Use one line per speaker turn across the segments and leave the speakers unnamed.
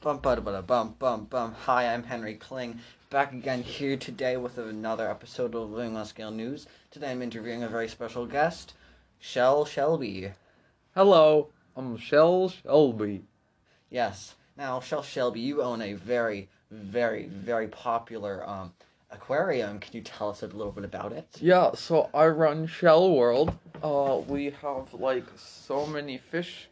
Bum bada bada bum bum bum. Hi, I'm Henry Kling, back again here today with another episode of Living on Scale News. Today I'm interviewing a very special guest, Shell Shelby.
Hello, I'm Shell Shelby.
Yes. Now, Shell Shelby, you own a very, very, very popular um, aquarium. Can you tell us a little bit about it?
Yeah, so I run Shell World. Uh, we have like so many fish,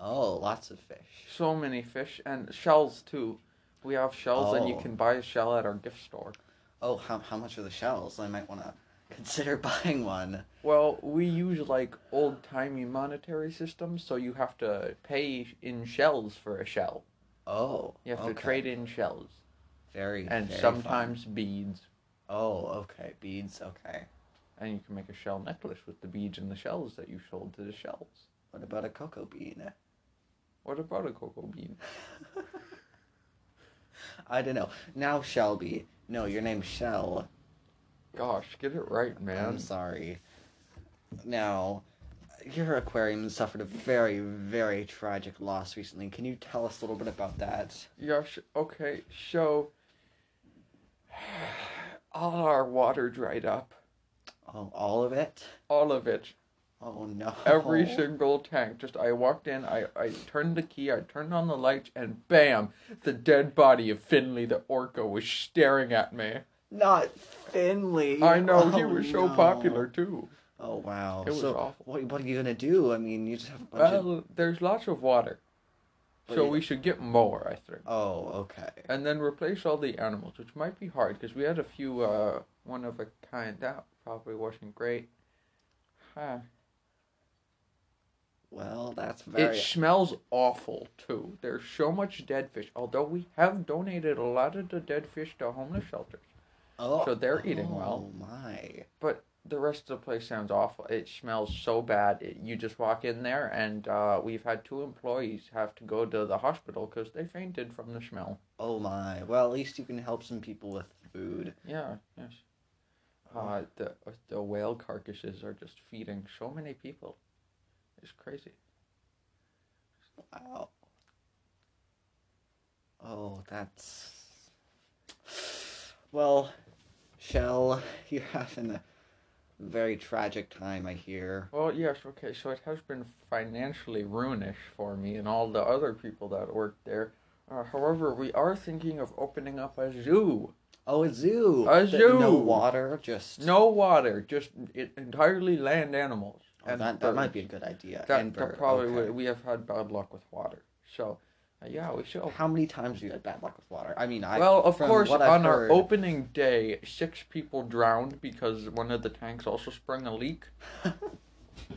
Oh, lots of fish.
so many fish, and shells too. We have shells, and you
Oh.
can buy a shell at our gift store.
Oh, how, how much are the shells? I might want to consider buying one.
Well, we use like old timey monetary systems, so you have to pay in shells for a shell.
Oh.
You have
okay.
to trade in shells
Very,
and
very fun.
sometimes beads,
Oh, okay. Beads, okay.
and you can make a shell necklace with the beads and the shells that you sold to the shells.
What about a cocoa bean?
What about a cocoa bean?
I don't know. Now Shelby. No, your name's Shell.
Gosh, get it right,
I'm
man.
sorry. Now, your aquarium suffered a very, very tragic loss recently. Can you tell us a little bit about that?
Gosh, okay, so all our water dried up.
Oh, all of it?
All of it.
Oh no.
Every single tank. Just I walked in, I, I turned the key, I turned on the lights, and bam, the dead body of Finley the Orca was staring at me.
Not Finley.
I know,
oh,
he was so
no.
popular too.
Oh wow.
It was
so
awful.
What, what are you gonna do? I mean, you just have a bunch of.
Well, there's lots of water.
But
So
you-
we should get more, I think.
Oh okay.
and then replace all the animals, which might be hard because we had a few uh, one of a kind that probably wasn't great. Huh.
Well, that's
It
very.
smells awful too. There's so much dead fish. Although we have donated a lot of the dead fish to homeless shelters,
oh,
so they're eating well.
Oh my.
but the rest of the place sounds awful. It smells so bad. It, you just walk in there, and uh, we've had two employees have to go to the hospital because they fainted from the smell.
Oh my. Well, at least you can help some people with food.
Yeah, yes. Uh, the the whale carcasses are just feeding so many people. It's crazy.
Wow. Oh, that's. Well, Shell, you're having a very tragic time, I hear.
Well, yes, okay. So it has been financially ruinish for me and all the other people that work there. Uh, however, we are thinking of opening up a zoo.
Oh, a zoo!
A
Th- No
zoo!
water, just.
No water, just it, entirely land animals.
Oh, that, that might be a good idea.
That,
and
that
bird,
probably
okay.
would- we have had bad luck with water. So, uh, yeah, we should open
How many times have you had bad luck with water? I mean, I.
Well, of
from
course,
what
on
I've
our
heard-
opening day, six people drowned because one of the tanks also sprung a leak,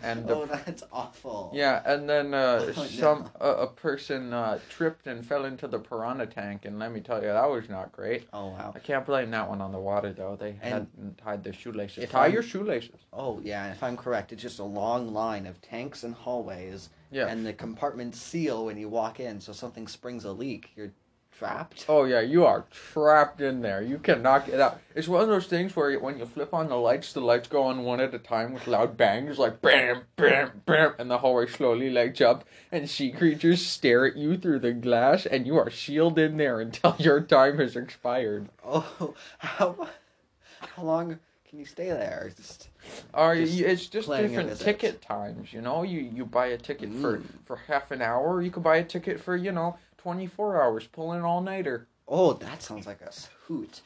and the,
oh, that's awful.
yeah, and then uh,
Oh,
some a, a person uh, tripped and fell into the piranha tank, and let me tell you, that was not great.
Oh, wow.
I can't blame that one on the water though. They
And-
hadn't tied their shoelaces.
If
Tie
I'm-
your shoelaces.
Oh, yeah, and if I'm correct, it's just a long line of tanks and hallways
Yeah.
and the compartments seal when you walk in, so something springs a leak, you're trapped.
Oh yeah, you are trapped in there. You cannot get out. It's one of those things where when you flip on the lights, the lights go on one at a time with loud bangs, like bam, bam, bam, and the hallway slowly lights up, and sea creatures stare at you through the glass, and you are sealed in there until your time has expired.
Oh, how, how long can you stay there? Just,
Or
Just
you- it's just
planning a
different
visit.
ticket times. You know, you you buy a ticket for
Mm.
for half an hour. You could buy a ticket for you know twenty four hours, pull an all nighter.
oh, that sounds like a hoot.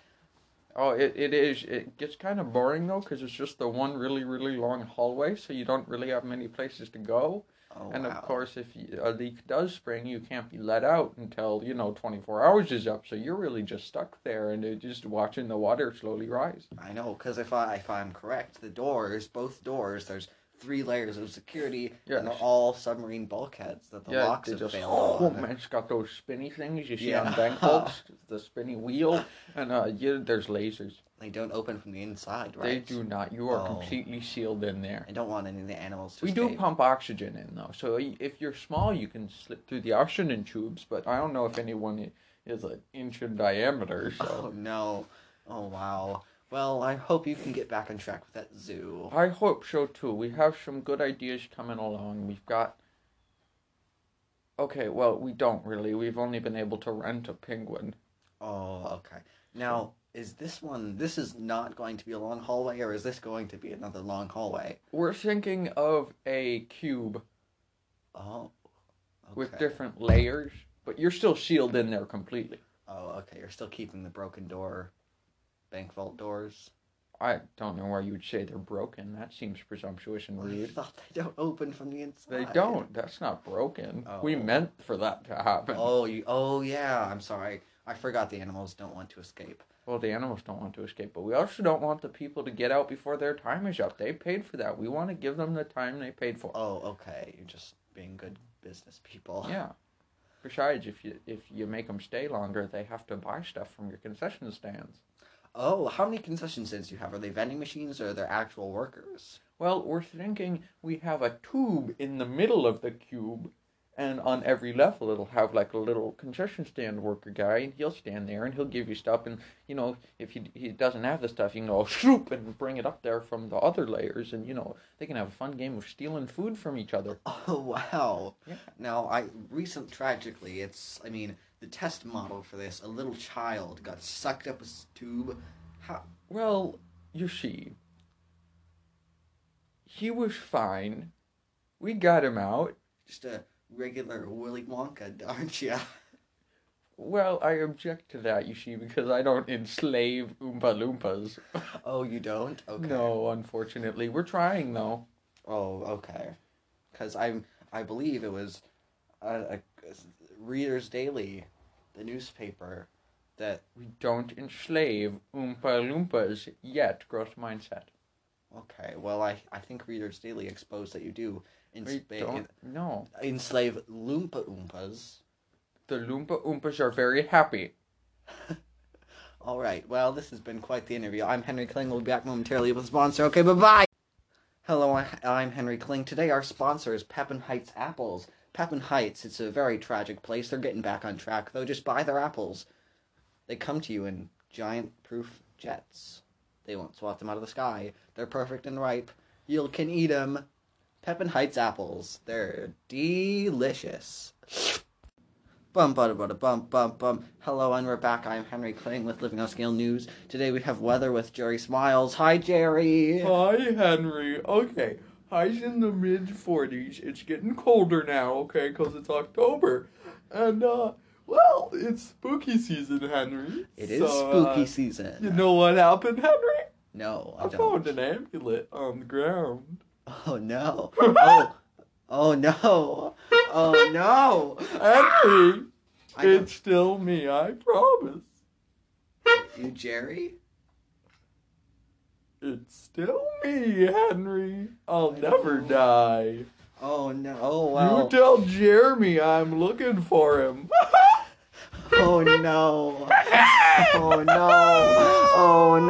Oh, it, it is. It gets kind of boring though, because it's just the one really, really long hallway, so you don't really have many places to go.
Oh,
and
wow.
of course, if you, a leak does spring, you can't be let out until, you know, 24 hours is up, so you're really just stuck there and you're just watching the water slowly rise.
I know, because if, I, if I'm correct, the doors, both doors, there's three layers of security,
Yes.
and they're all submarine bulkheads that the locks
they
have
just-
failed
oh,
on.
man, it's got those spinny things you see
Yeah.
on bankboats, the spinny wheel, and uh, yeah, there's lasers.
They don't open from the inside,
They
right?
do not. You are
Oh.
completely sealed in there.
I don't want any of the animals to
We do
escape.
pump oxygen in though, so y- if you're small, you can slip through the oxygen tubes. But I don't know if anyone i- is an inch in diameter. So
Oh no. Oh wow. Well, I hope you can get back on track with that zoo.
I hope so too. We have some good ideas coming along. We've got Okay, well, we don't really. We've only been able to rent a penguin.
Oh, okay. Now,
Hmm.
is this one, this is not going to be a long hallway, or is this going to be another long hallway?
We're thinking of a cube
Oh, okay.
with different layers, but you're still sealed in there completely.
Oh, okay. You're still keeping the broken door, bank vault doors.
I don't know why you would say they're broken. That seems presumptuous and
I
rude.
thought they don't open from the
They
inside.
don't. That's not broken. We
Oh.
meant for that to happen.
Oh, you, oh yeah. I'm sorry. I forgot the animals don't want to escape.
Well, the animals don't want to escape, but we also don't want the people to get out before their time is up. They paid for that. We want to give them the time they paid for.
Oh, okay. You're just being good business people.
Yeah. Besides, if you if you make them stay longer, they have to buy stuff from your concession stands.
Oh, how many concession stands do you have? Are they vending machines or are they actual workers?
Well, we're thinking we have a tube in the middle of the cube, and on every level it'll have like a little concession stand worker guy, and he'll stand there and he'll give you stuff. And you know, if he he doesn't have the stuff, you can go shoop and bring it up there from the other layers, and you know they can have a fun game of stealing food from each other.
Oh wow.
Yeah.
Now I recent tragically it's I mean the test model for this a little child got sucked up a s- tube. How
Well, you see, he was fine. We got him out.
just a regular Willy Wonka, aren't you?
Well, I object to that, you see, because I don't enslave Oompa Loompas.
Oh, you don't? Okay.
No, unfortunately. We're trying, though.
Oh, okay. Because I I believe it was a, a, Reader's Daily, the newspaper, that
We don't enslave Oompa Loompas yet, growth mindset.
okay. Well, I I think Reader's Daily exposed that you do
We
inspa-
don't. No.
enslave Loompa Oompas.
The Loompa Oompas are very happy.
All right. Well, this has been quite the interview. I'm Henry Kling. We'll be back momentarily with a sponsor. Okay, bye bye. Hello, I- I'm Henry Kling. Today, our sponsor is Pepin Heights Apples. Pepin Heights, it's a very tragic place. They're getting back on track, though. Just buy their apples. They come to you in giant proof jets. They won't swat them out of the sky. They're perfect and ripe. You can eat them. Pepin Heights apples. They're delicious. Bum bada bada bum bum bum. Hello and we're back. I'm Henry Kling with Living on Scale News. Today we have weather with Jerry Smiles. Hi Jerry.
Hi, Henry. Okay, highs in the mid 40s. It's getting colder now, okay, because it's October. And, uh, well, it's spooky season, Henry.
It is
So, uh,
spooky season.
You know what happened, Henry?
no, I
I found
don't.
an amulet on the ground.
Oh no. oh. Oh no. Oh no.
Henry,
I don't-
it's still me, I promise.
You Jerry?
It's still me, Henry. I'll never die.
Oh no. Oh well.
You tell Jeremy I'm looking for him.
Oh no. Oh no. Oh no.